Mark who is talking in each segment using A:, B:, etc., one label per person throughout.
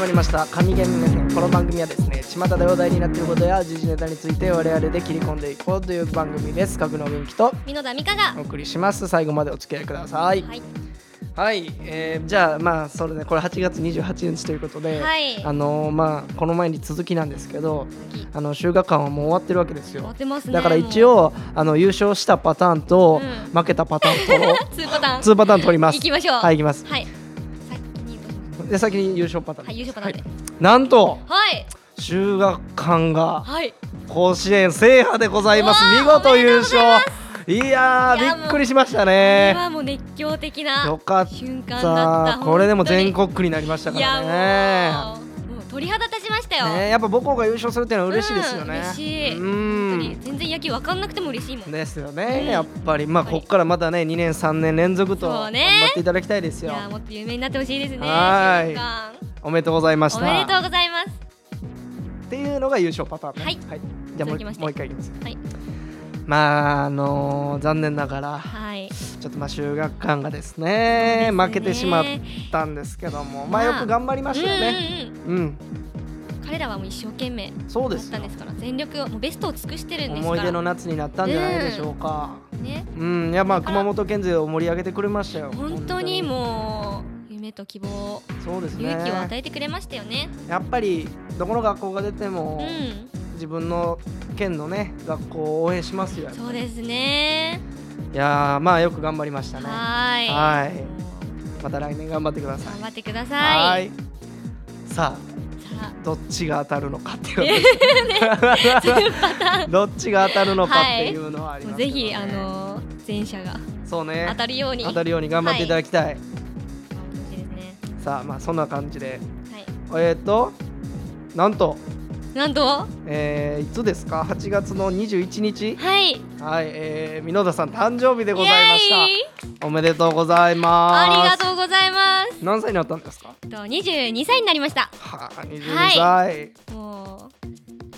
A: まりました神ゲーム目線この番組はですね巷で話題になっていることや時事ネタについて我々で切り込んでいこうという番組です角野元気と
B: 美濃田美香が
A: お送りします最後までお付き合いください
B: はい
A: はい、えーじゃあまあそれねこれ8月28日ということで、
B: はい
A: あのーまあこの前に続きなんですけど
B: 次
A: あの修学館はもう終わってるわけです
B: 終わ
A: よ
B: ってますね
A: だから一
B: も
A: 応あの優勝したパターンと、
B: うん
A: 負けたパターンと
B: う2パターン
A: 2パターン取ります
B: いきましょう
A: はいいきます
B: はい先にどうします
A: で先に優勝パターン
B: はい優勝パターンで
A: はいなんと
B: はい
A: 修学館が
B: はい
A: 甲子園制覇でございます
B: うわー
A: 見事優勝い
B: いや
A: や
B: ー
A: ー
B: も
A: び
B: う
A: っくりしました
B: これ
A: ね
B: はもう熱狂的な
A: よかっ
B: 瞬間だった
A: さあこれでも
B: 本当に
A: 全国区になりましたか
B: い
A: らね
B: やもうもう鳥肌立ちましたよ、
A: ねやっぱ母校が優勝するっていうのは嬉しいですよね
B: うん、嬉しい
A: うん
B: 本当に全然野球わかんなくても嬉しいもん
A: ですよ
B: うん
A: ねやっぱりまあ
B: やっぱ
A: こ
B: り
A: こからまたね2年3年連続と
B: そう
A: 頑
B: ね
A: 張っていただきたいです
B: い
A: よ
B: やもっと有名になってほしいですね
A: はーい
B: 瞬間
A: おめでとうございまし
B: お
A: た
B: めでとうございます
A: っていうのが優勝パターンね
B: はい
A: じゃあもう
B: 続きまして
A: もう一回いきます
B: はい
A: まああのー残念ながら
B: はい
A: ちょっとまあ修学館がですね
B: そうですね
A: 負けてしまったんですけどもまあよ
B: まあ
A: く頑張りましたよね
B: うんう
A: う
B: ん
A: ん
B: うん彼らはもう一生懸命
A: そう
B: だ
A: で
B: っ
A: す
B: た
A: よ
B: んですから全力をもうベストを尽くしてるんですか
A: 思い
B: ら
A: 出の夏になったんじゃないでしょうか
B: ね
A: うんいやまあ
B: だから
A: 熊本県勢を盛り上げてくれましたよ
B: 本当にもう夢と希望
A: そうですね
B: 勇気を与えてくれましたよね
A: やっぱりどこの学校が出て
B: う
A: も
B: ん
A: 自分の県のね学校を応援しますよ
B: そうですね
A: いやーまあよく頑張りましたね
B: はーい
A: はい
B: も
A: また来年頑張ってくだ
B: う
A: さい
B: 頑張ってください
A: はーいさ
B: さ
A: あどっちが当たるのかっていうね どっちが当たるのかっていうのはあ
B: あ
A: り
B: も
A: ま
B: う
A: すけ
B: ぜ
A: どね
B: ひあの前者が
A: そうね
B: 当たるように
A: 当たるように頑張っていただきたい
B: 頑張ってほしいですね
A: さあまあそんな感じで
B: はい
A: えっとなんと
B: なんと
A: えーいつですか8月の21日
B: はいイエーイ
A: はい、えー、箕田さん誕生日でございましたおめでとうございます
B: ありがとうございます
A: 何歳になったんですか
B: えっと22歳になりました
A: はあ、22
B: は
A: 歳、
B: もう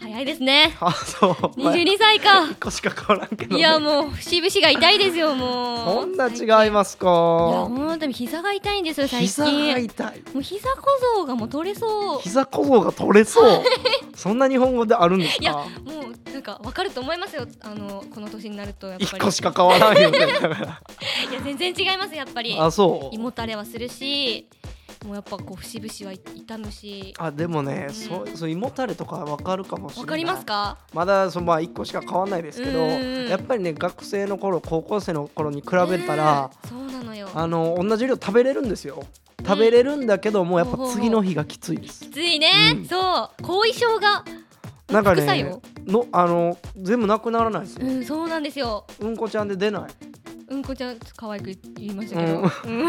B: 早いですね
A: あ、そう
B: 22歳か
A: 1個しか変わらんけど、ね、
B: いやもう節々が痛いですよも
A: そ
B: うん
A: な
B: う
A: 違います
B: い
A: か
B: や本当に膝が痛いんですよ最
A: 膝が
B: 近
A: 痛い
B: もう膝小僧がもう取れそう
A: 膝小僧が取れそうそんな日本語であるんです
B: いや
A: か
B: もうなんかわかると思いますよあのこの年になるとやっぱ
A: 1
B: り
A: 個しか変わらんよねだから
B: いや全然 違いますやっぱり
A: あ、そ
B: 胃
A: う
B: もたれはするしもうやっぱこう節々は痛むし
A: あ、でもね、
B: うん
A: そうそう胃もたれとかわかるかもしれない
B: わかりますか
A: まだそのまあ1個しか変わらないですけど
B: うんうん
A: やっぱりね学生の頃高校生の頃に比べたら、
B: ねえそうなのよ
A: あの同じ量食べれるんですよ食べれるんだけどもやっぱ次の日がきついです
B: ついね、
A: うん
B: そう後遺症が
A: なんか
B: 副作用
A: ねのあの全部なくならないです
B: う
A: よ
B: んそうなんですよ
A: うんこちゃんで出ない
B: うんこちゃん可愛く言いましたけど、
A: う
B: うん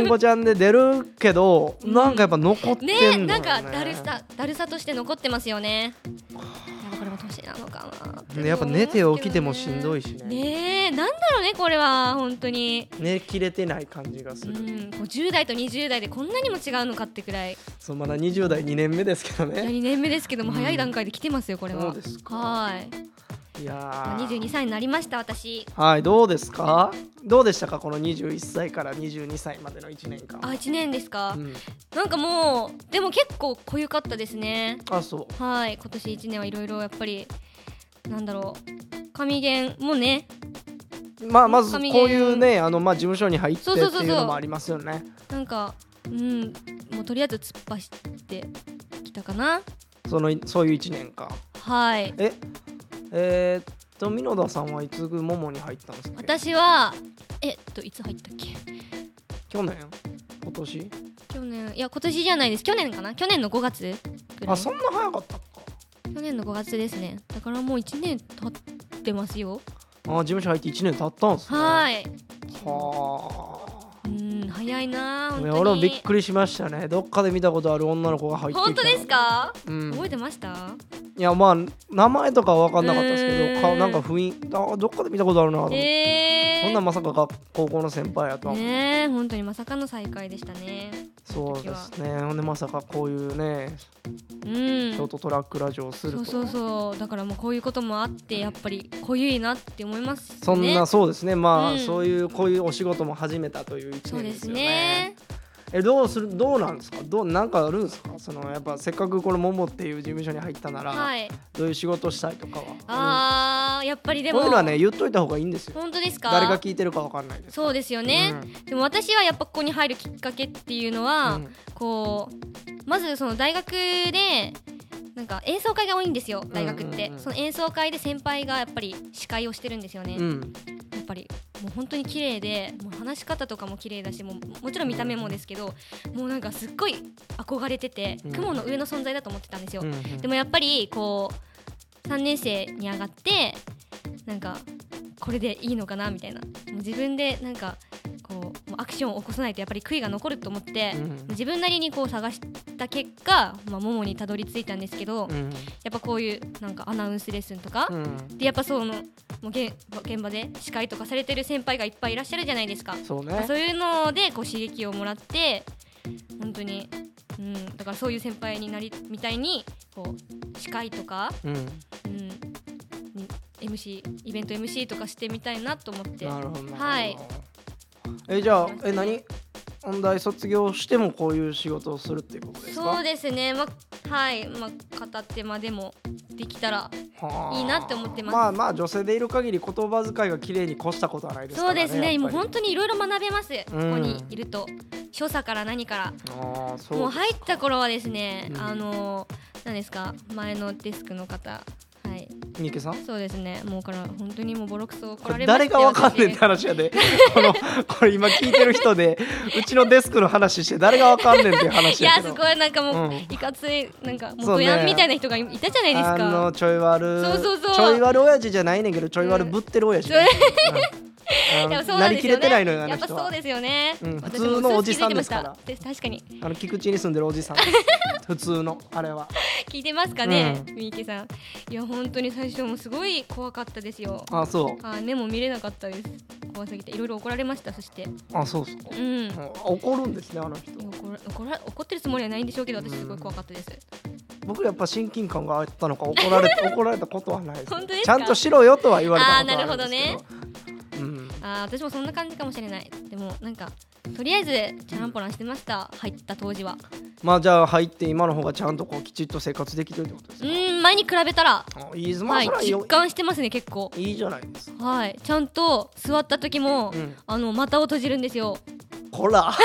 A: うんこちゃんで出るけど
B: うん
A: なんかやっぱ残ってんの
B: ね
A: よね
B: なんかだるさだるさとして残ってますよねやっぱこれも年なのかなって
A: ねやっぱ寝て起きてもしんどいしね
B: ねえなんだろうねこれは本当に
A: 寝きれてない感じがす
B: う
A: る
B: ん50代と20代でこんなにも違うのかってくらい
A: そうまだ20代2年目ですけどね
B: 2年目ですけども
A: うん
B: 早い段階で来てますよこれは
A: そうですか
B: はーい
A: いやー
B: 22歳になりました私
A: はいどうですかどうでしたかこの21歳から22歳までの1年間
B: あ1年ですか、
A: うん
B: なんかもうでも結構濃ゆかったですね
A: あそう
B: はい今年1年はいろいろやっぱりなんだろう神言もね
A: まあまずこう
B: 神
A: いうねあのまあ事務所に入ってって
B: そうそうそうそう
A: いうのもありますよね
B: なんかうんもうとりあえず突っ走ってきたかな
A: そのそういう1年間
B: はい
A: ええーっと箕田さんはいつぐももに入ったんですか
B: 私はえっといつ入ったっけ
A: 去年今年
B: 去年いや今年じゃないです去年かな去年の5月ぐら
A: あ
B: い
A: そ
B: 去
A: んな早かったか
B: 年の5月ですねだからもう1年経ってますよ
A: あ事務所入って1年経ったんですね
B: はい
A: は
B: うん早いな
A: あ
B: 本
A: い
B: 当
A: や
B: に
A: 俺もびっくりしましたねどっかで見たことある女の子が入ってきた
B: 本当ですか、
A: うん、
B: 覚えてました
A: いやまあ名前とかは分かんなかったですけど、
B: うん
A: 顔なんか雰囲気あどっかで見たことあるなと思って、
B: え
A: そん
B: ー、
A: なんまさかが高校の先輩やとは、
B: ねえ本当にまさかの再会でしたね
A: そうですねほんでまさかこういうね
B: うん
A: ショートトラックラジオをすると
B: そうそうそうだからもうこういうこともあってやっぱり濃ゆいなって思いますね
A: そんな、そうですねまあ、
B: うん
A: そういうこういうお仕事も始めたという一
B: そう
A: 年
B: で
A: ですすよね
B: ね
A: えどうするどうなんですかどうなんかあるんですかそのやっぱせっかくこのモモっていう事務所に入ったなら、
B: はい
A: どういう仕事したいとかはあ
B: あーやっぱり
A: る
B: で
A: こ
B: も
A: ういうのはね言っといた方がいいんですよ
B: 本当ですか
A: 誰が聞いてるかわかんないです
B: そうですよね、でも私はやっぱここに入るきっかけっていうのは、
A: うん
B: こうまずその大学でなんか演奏会が多いんですよ大学って、
A: うんうんうん
B: その演奏会で先輩がやっぱり司会をしてるんですよね、
A: うん、うん
B: やっぱりもう本当に綺麗でもう話し方とかも綺麗だしもうもちろん見た目もですけどもうなんかすっごい憧れてて
A: うん
B: 雲の上の存在だと思ってたんですよ、
A: うんうん
B: でもやっぱりこう3年生に上がってなんかこれでいいのかなみたいなもう自分でなんかこうもうアクションを起こさないとやっぱり悔いが残ると思って、
A: うん
B: 自分なりにこう探した結果、まあ、ももにたどり着いたんですけど、や
A: うん
B: っぱこういうなんかアナウンスレッスンとか、
A: うん
B: でやっぱそのもう現現場で司会とかされてる先輩がいっぱいいらっしゃるじゃないですか
A: そうね
B: そういうのでこう刺激をもらって本当に、うん、だからそういう先輩になりみたいにこう司会とか、
A: うん
B: うん、に MC イベント MC とかしてみたいなと思って
A: なるほどなるほど
B: はい
A: えじゃあえ何音大卒業してもこういう仕事をするっていうことですか
B: そうですねまはいま片手間でもできたら
A: はあ
B: いいなって思ってます
A: まあまあ女性でいる限り言葉遣いが綺麗に越したことはないですか
B: そ
A: ら
B: う
A: ね
B: ですねもう本当にいろいろ学べます、ここにいると所作から何から
A: 当ああそう
B: もう入った頃はですね、
A: うん
B: あの何ですか前のデスクの方はい
A: 三池さん
B: そうですねもうから本当にもうボロクソ怒
A: こ
B: ら
A: れ
B: れました
A: 誰
B: よ
A: がわかんねえって
B: 私
A: 話やでこのこれ今聞いてる人でうちのデスクの話して誰がわかんねえっていう話
B: い
A: や
B: や
A: けど
B: すごいなんか
A: う
B: もう、
A: ん
B: いかついなんかもう
A: そう
B: ド
A: ね
B: ヤンみたいな人がいたじゃないです
A: あの
B: か
A: ちょい悪
B: そうそうそう
A: ちょい悪親父じゃないねんけどちょい悪ぶってる親父、
B: うん
A: うん
B: でもそう
A: なんり
B: で
A: き
B: すよ
A: れてない
B: ね
A: のよあ
B: や
A: の
B: っぱ
A: 人
B: そう
A: は
B: ですよね、
A: うん
B: 私
A: 普通の
B: もう
A: おじさんですから
B: 嘘ついてましたで確かに
A: あの菊池に住んでるおじさん普通のあれは
B: 聞いてますかね、
A: う
B: みいけさんいや本当に最初もうすごい怖かったですよ
A: あそう
B: はい目も見れなかったです怖すぎていろいろ怒られましたそして
A: あそうそう
B: うん
A: うん怒るんですねあの人
B: 怒ら怒ら怒ってるつもりはないんでしょうけど私すごい怖かったです、
A: 僕やっぱ親近感があったのか怒られ怒られたことはないです,、
B: 本当です
A: ち
B: か
A: ゃんとしろよとは言われたことは
B: あー
A: あ
B: なるほ
A: る
B: ど
A: んです
B: ね
A: けど、うん、
B: あー私もそんな感じかもしれないでもなんかとりあえずチャランポランしてました、入った当時は
A: まあじゃあ入って今の方がちゃんとこうきちっと生活できてるってことです
B: う
A: か、
B: ーん前に比べたら
A: あいいですまあ
B: はい
A: それはよ
B: 実感してますね結構
A: いいじゃないですか
B: はいちゃんと座った時も、
A: うん
B: あの股を閉じるんですよ
A: こらっ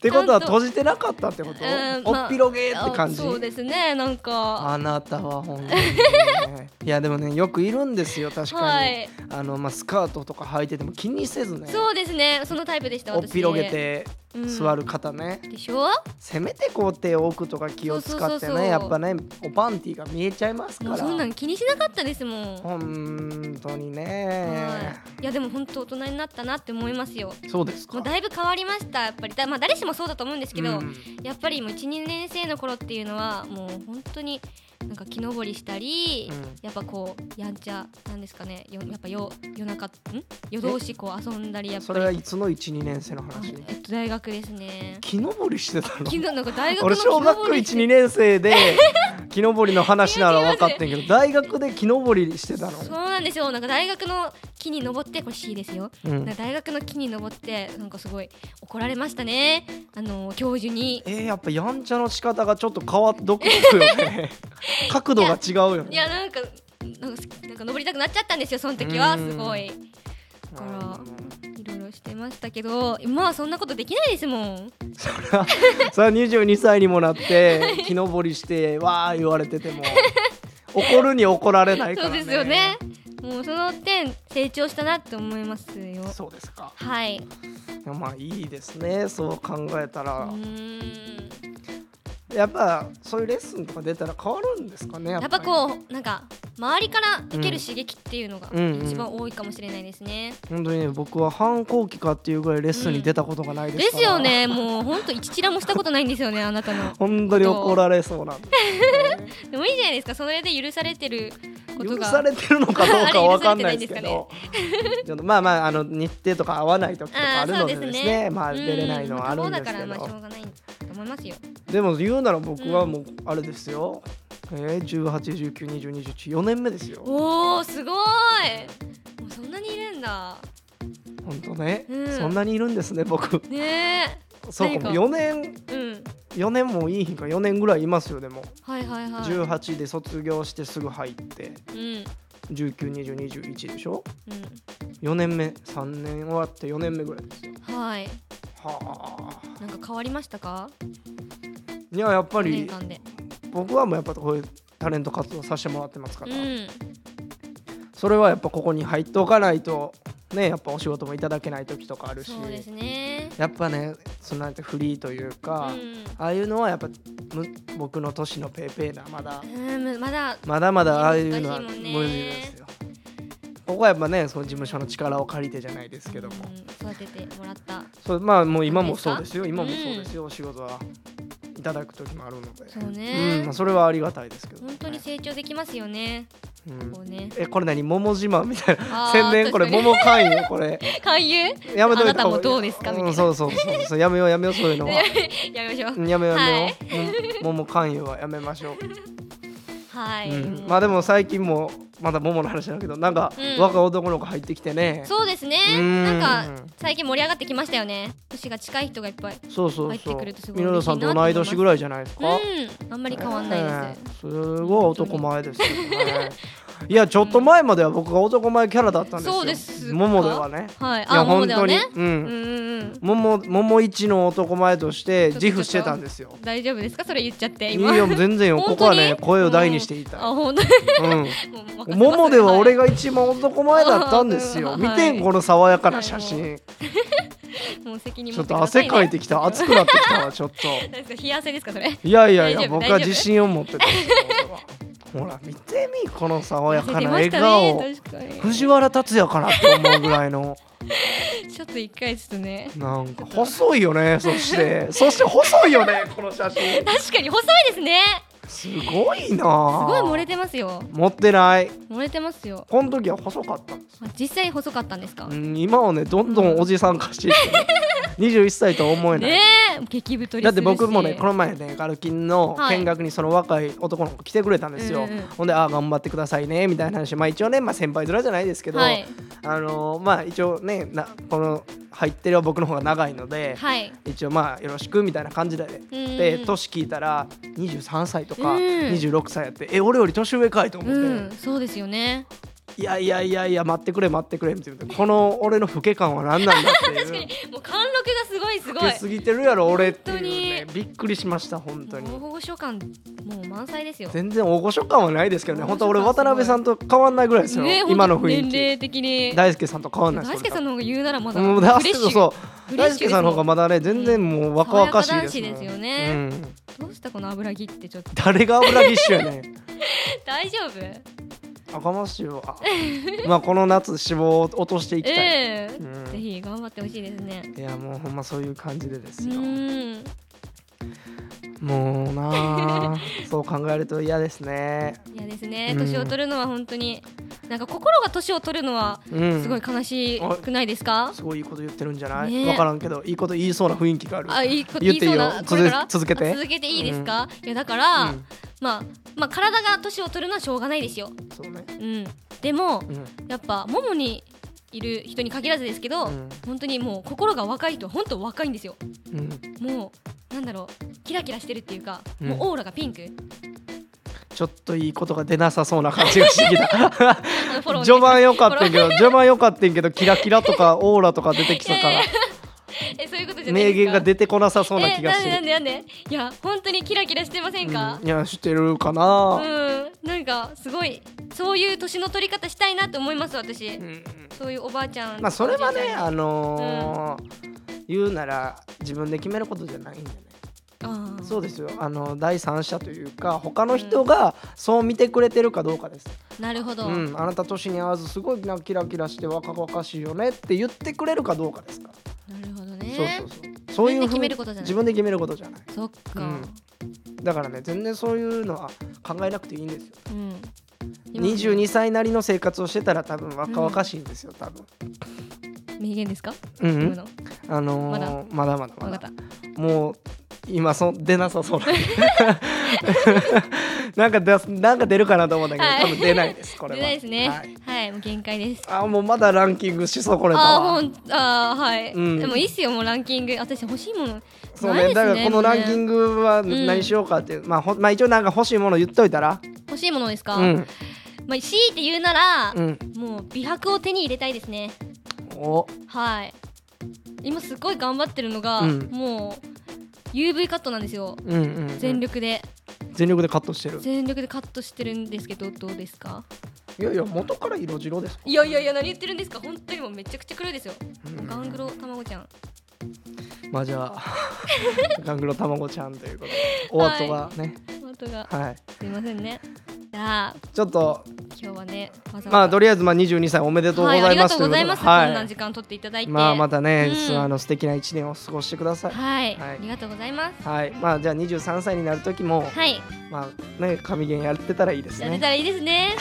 A: てことは
B: ちゃんと
A: 閉じてなかったってこと、
B: うん
A: おっぴろげーって感
B: あ
A: じ、
B: そうですねなんか
A: あなたは本当にね、 いやでもねよくいるんですよ確かに、
B: はい
A: あのまあスカートとか履いてても気にせずね
B: そうですねそのタイプでした
A: おっ
B: 私
A: ぴろげて
B: うん
A: 座る方ね、
B: でしょ
A: せめてこう手を置くとか気を使ってね
B: そうそうそうそう
A: やっぱねおパンティが見えちゃいますか
B: も
A: ら
B: うそんなん気にしなかったですもん
A: 本当に
B: は
A: ね、
B: いいやでも本当大人になったなって思いますよ
A: そうですか
B: もうだいぶ変わりましたやっぱりだ、まあ、誰しもそうだと思うんですけど、
A: うん
B: やっぱりもう12年生の頃っていうのはもう本当になんか木登りしたり、
A: うん
B: やっぱこうやんちゃなんですかねよやっぱよ夜中ん夜通しこう遊んだりやっ
A: そ
B: ぱ
A: れは
B: り
A: いつの12年生の
B: あ
A: 話
B: えっと大学ですね
A: 木登りしてたの
B: 木のなんか大学の
A: 俺
B: 木
A: 小学校
B: 登りして
A: 12年生で木登りの話なら分かってんけど大学で木登りしてたの
B: そうなんですよなんか大学の木に登ってこれ C ですよ、
A: うん
B: なんか大学の木に登ってなんかすごい怒られましたねあの教授に
A: えー、やっぱやんちゃの仕方がちょっと変わっ独特よ ね角度が違うよ
B: い
A: ね
B: やなんかなんかなんか登りたくなっちゃったんですよその時は
A: うん
B: すごいだ
A: う
B: から
A: ん
B: いろいろしてましたけど今はそんなことできないですもん
A: そりゃそれは22歳にもな って木登りしてわー言われてても怒るに怒られないから
B: そう
A: ね
B: ですよねもうその点成長したなって思いますよ
A: そうですか
B: はい
A: まあいいですねそう考えた
B: う
A: ら
B: ーん
A: やっぱそういうレッスンとか出たら変わるんですかねや
B: や
A: っ
B: っ
A: ぱ
B: ぱ
A: り
B: こうなんか周りから受ける刺激っていうのが
A: うんうん
B: 一番多いかもしれないですね、
A: 本当にね僕は反抗期かっていうぐらいレッスンに出たことがないで
B: ですすよねもうほんと一チラもしたことないんですよねあなたの
A: 本当に怒られそうなんで
B: でもいいじゃないですかそれで許されてること
A: 許
B: が
A: されてるのかどうかは分かんないですけど ちょっとまあまああの日程とか合わない時とかあるのでですねまあ出れないのはあるんですけ
B: うんまあ
A: ど
B: そうだからまあしょうがないと思いますよ
A: でも言うなら僕はもうあれですよ、えー、18192021 4年目ですよ
B: おーすごいもうそんなにいるんだ
A: ほんとね、
B: うん
A: そんなにいるんですね僕
B: ねえ
A: そうかも
B: 何か
A: 4年
B: うん
A: 4年もいい日か4年ぐらいいますよでも、
B: はいはいはい
A: 18で卒業してすぐ入って
B: うん
A: 192021でしょ
B: う
A: 4年目3年終わって4年目ぐらいですよ
B: んはい
A: はあ
B: なんか変わりましたか
A: いややっぱ
B: 4年
A: り
B: 間で
A: 僕はもうやっぱこういうタレント活動させてもらってますか
B: う
A: ら、
B: ん
A: それはやっぱここに入っておかないとねやっぱお仕事もいただけない時とかあるし
B: そうですね
A: やっぱねそのなんてフリーという
B: う
A: か、
B: ん
A: ああいうのはやっぱむ僕の年のペーペーなまだ
B: うんまだ
A: まだまだああいうのは
B: 難
A: 無
B: しいもんね
A: 理ですよ。ここはやっぱねその事務所の力を借りてじゃないですけども、
B: うん育ててもらった
A: そうまあもう今
B: いい
A: も
B: ですか
A: そうですよ今もそうですよ、お仕事はいただく時もあるので
B: そう
A: う
B: ね
A: んまあ、それはありがたいですけど、
B: 本当に
A: ね
B: 成長できますよね
A: うん
B: こうね
A: えこれ何桃島みたい
B: あ
A: な
B: ー
A: 宣伝これ
B: 確かに
A: 桃会員これ
B: 勧誘
A: やめといた方がいい
B: あなたもどうですかみたいなん
A: そうそうそうそうやめようやめようそういうのは
B: やめましょ
A: う
B: うん
A: やめようやめよう、うん桃勧誘はやめましょう、
B: はい、
A: うん、まあでも最近もまだ桃の話だけどなんか、
B: うん
A: 若い男の子入ってきてね
B: そうですね
A: うん
B: なんか最近盛り上がってきましたよね年が近い人がいっぱい
A: そうそうそ
B: 入って
A: う
B: くるとすごい
A: ミノルさんと同い年ぐらいじゃないですか、
B: うんあんまり変わんないです、
A: す、すごい男前ですよ ねいやちょっと前までは僕が男前キャラだったんですよ
B: そうですか
A: 桃ではね
B: はい
A: いや
B: あも
A: 本
B: うだよ
A: 当に、
B: ね
A: う
B: うん
A: ん
B: うんうん
A: 桃桃一の男前として
B: ちょっと
A: 自負してたんですよ
B: 大丈夫ですかそれ言っちゃって
A: いい
B: 今
A: よ全然よこ
B: 本当に
A: こはね声を大にしてい
B: あ
A: たい、
B: 本当に
A: うん、
B: もう任せます
A: 桃では俺
B: い
A: が一番男前だったんです
B: は
A: よ
B: い
A: 見てんこの爽やかな写真
B: もう責任
A: ちょ
B: 持
A: って
B: く
A: と
B: ださ
A: 汗
B: ね
A: かいてきた熱くなってきたわちょっと
B: 何ですか冷や汗ですかそれ
A: いやいやい
B: 大
A: や
B: 丈夫
A: 僕は
B: 大丈夫
A: 自信を持 ってたんですよ僕はほら見てみこの爽やか
B: 出
A: な
B: ま
A: 笑
B: した
A: 顔
B: ね確かに
A: 藤原竜也かなって思うぐらいの
B: ちょっと一回ちょっとね
A: なんか細いよねそしてそして細いよねこの写真
B: 確かに細いですね
A: すごいなす
B: すごい漏れ
A: て
B: てますよ
A: 持ってない
B: 漏れてますよ
A: この時は細かったんです、
B: あ実際細かったんですか
A: うん、今はねどんどんおじさん化 していってね、21歳とは思えない、
B: ねえ激太りするし
A: だって僕もねこの前ねガルキンの
B: はい
A: 見学にその若い男の子来てくれたんですよ、
B: うんうん
A: ほんで「ああ頑張ってくださいね」みたいな話まあ一応ね、まあ、先輩面じゃないですけど、
B: はい
A: あのーまあ一応ねなこの入ってる僕の方が長いので、
B: はい
A: 一応まあよろしくみたいな感じで、
B: うん
A: で年聞いたら23歳とか
B: うん
A: 26歳やって、え俺より年上かいと思って、
B: うんそうですよね
A: いやいやいやいや待ってくれ待ってくれみたいなこの俺の老け感は何なんだっていう
B: 確かにもう貫禄がすごいす
A: 老
B: ご
A: け
B: い
A: すぎてるやろ俺っていう、ね
B: 本、
A: びっくりしました本当に。
B: もう大御所感もう満載ですよ
A: 全然大御所感はないですけどね、
B: 大
A: 本
B: 御所感
A: 当俺、渡辺さんと変わんないぐらいですよ、
B: ね
A: 今の雰囲
B: 年
A: 気。
B: 齢的に
A: 大輔さんと変わんないです
B: 大輔さんの方が言うならまだ
A: うん
B: フレ
A: 大
B: ッ
A: 輔
B: シ
A: さん
B: ュ
A: そう
B: フレッ
A: 大
B: シュです
A: 輔さんの方がまだね、全然もう若々しいです
B: 爽やか男子ですよね
A: うん
B: どうしたこの油切ってちょっと
A: 誰が油ぎっしゅやねん。
B: 大丈夫
A: 赤ましいわ。 まあ、この夏、脂肪を落としていきたい。
B: ええ
A: うん
B: ぜひ頑張ってほしいですね
A: いや、もうほんまそういう感じでで
B: う
A: すよ。
B: ーん
A: もう なあそう考えると嫌ですね。
B: いやですね
A: うん
B: 年を取るのは本当になんか心が年を取るのは
A: うん、
B: すごい悲しくないですか、
A: すごいいいこと言ってるんじゃない、
B: ね
A: わからんけど、いいこと言いそうな雰囲気がある。
B: あいいこと
A: 言っていいよ
B: いそうなこれから
A: 続け続けて
B: あ続けていいですか、いやだから、
A: うん
B: まあまあ体が年を取るのはしょうがないですよ
A: そうね。
B: うんでも
A: うん
B: やっぱももにいる人に限らずですけど、
A: うん
B: 本当にもう心が若い人は本当若いんですよ
A: うん
B: もうなんだろうキラキラしてるっていうか、
A: うん
B: もうオーラがピンク
A: ちょっといいことが出なさそうな感じがしてき た
B: あのフォロ ー
A: 序盤良かっ
B: フォ
A: た
B: ロ
A: けど序盤良かったけどキラキラとかオーラとか出てきたか
B: いやい
A: ら
B: ー えそういうことじゃない
A: 名
B: です
A: 言
B: か
A: が出てこなさそうな気がし
B: えな
A: て
B: ん
A: る
B: でなんでなんでいや本当にキラキラしてませんか
A: うんいやしてるか
B: うん、
A: な
B: なんかすごいそういう年の取り方したいなと思います私、
A: うん
B: そういうおばあちゃん
A: まあそれは
B: おじい
A: ね
B: ちゃん
A: あのー言うなら自分で決めることじゃないんだね
B: あー
A: そうですよあの第三者というか他の人がそう見てくれてるかどうかです
B: なるほど、
A: うんあなた年に合わずすごいなキラキラして若々しいよねって言ってくれるかどうかですから
B: なるほどね
A: そうそうそう。そういうふう
B: 自分で決めることじゃない
A: 自分で決めることじゃない。
B: そっか、
A: だからね、全然そういうのは考えなくていいんですよ。
B: うん今
A: 二十二歳なりの生活をしてたら多分若々しいんですよ。多分。
B: 名言ですか、
A: うん、
B: 今の
A: あのー
B: まだ
A: まだまだま
B: 分かっ
A: だ
B: た
A: もう今そ出なさそう な なんか出すなんか出るかなと思ったけど、
B: はい
A: 多分出ないですこれは
B: 出ないですね
A: はい、
B: はい、もう限界です
A: あもうまだランキングし損ねた
B: あー
A: わ
B: ほんあーはい、
A: うん
B: でもいいっすよもうランキング私欲しいもの
A: そう
B: ない
A: ね
B: ですね
A: だからこのランキングは
B: ん
A: 何しようかっていう、まあ、ほまあ一応なんか欲しいもの言っといたら
B: 欲しいものですか、
A: うん
B: まあ、強いて言うなら、
A: うん
B: もう美白を手に入れたいですね
A: お
B: はい今すごい頑張ってるのが、
A: うん
B: もう UV カットなんですよ
A: うんうんうん
B: 全力で、
A: 全力でカットしてる
B: 全力でカットしてるんですけどどうですか
A: いやいや元から色白です
B: いやいやいや何言ってるんですか本当にもうめちゃくちゃ黒いですよ、
A: うん
B: ガングロ卵ちゃん
A: まあじゃ あガングロたまごちゃんということでお後がね
B: 本当が
A: はい、
B: すいませんねじゃあ
A: ちょっと
B: 今日はねわざわざ
A: まあとりあえずまあ22歳おめでとうご
B: はい、あ
A: ざ
B: り
A: い
B: が
A: ます
B: とうございます、
A: ということで
B: こん
A: は
B: ない時間取っていただいて
A: まあまたね、
B: うん
A: すあの素敵な一年を過ごしてください。
B: はい、
A: はい
B: ありがとうございます
A: はい、まあじゃあ23歳になる時も、
B: はい、
A: まあね神ゲンやってたらいいです
B: やれ
A: ね。
B: たらいいですね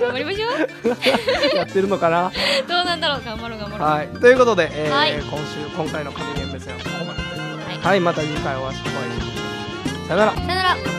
B: 頑張りましょう
A: やってるのかな。
B: どうなんだろう頑張ろう頑張ろう
A: はい。ということで、えー
B: はい
A: 今週今回の神ゲン目線はここまでということで。
B: は
A: は
B: い
A: い、また次回お会いしましょう。さよなら。
B: さよなら
C: ー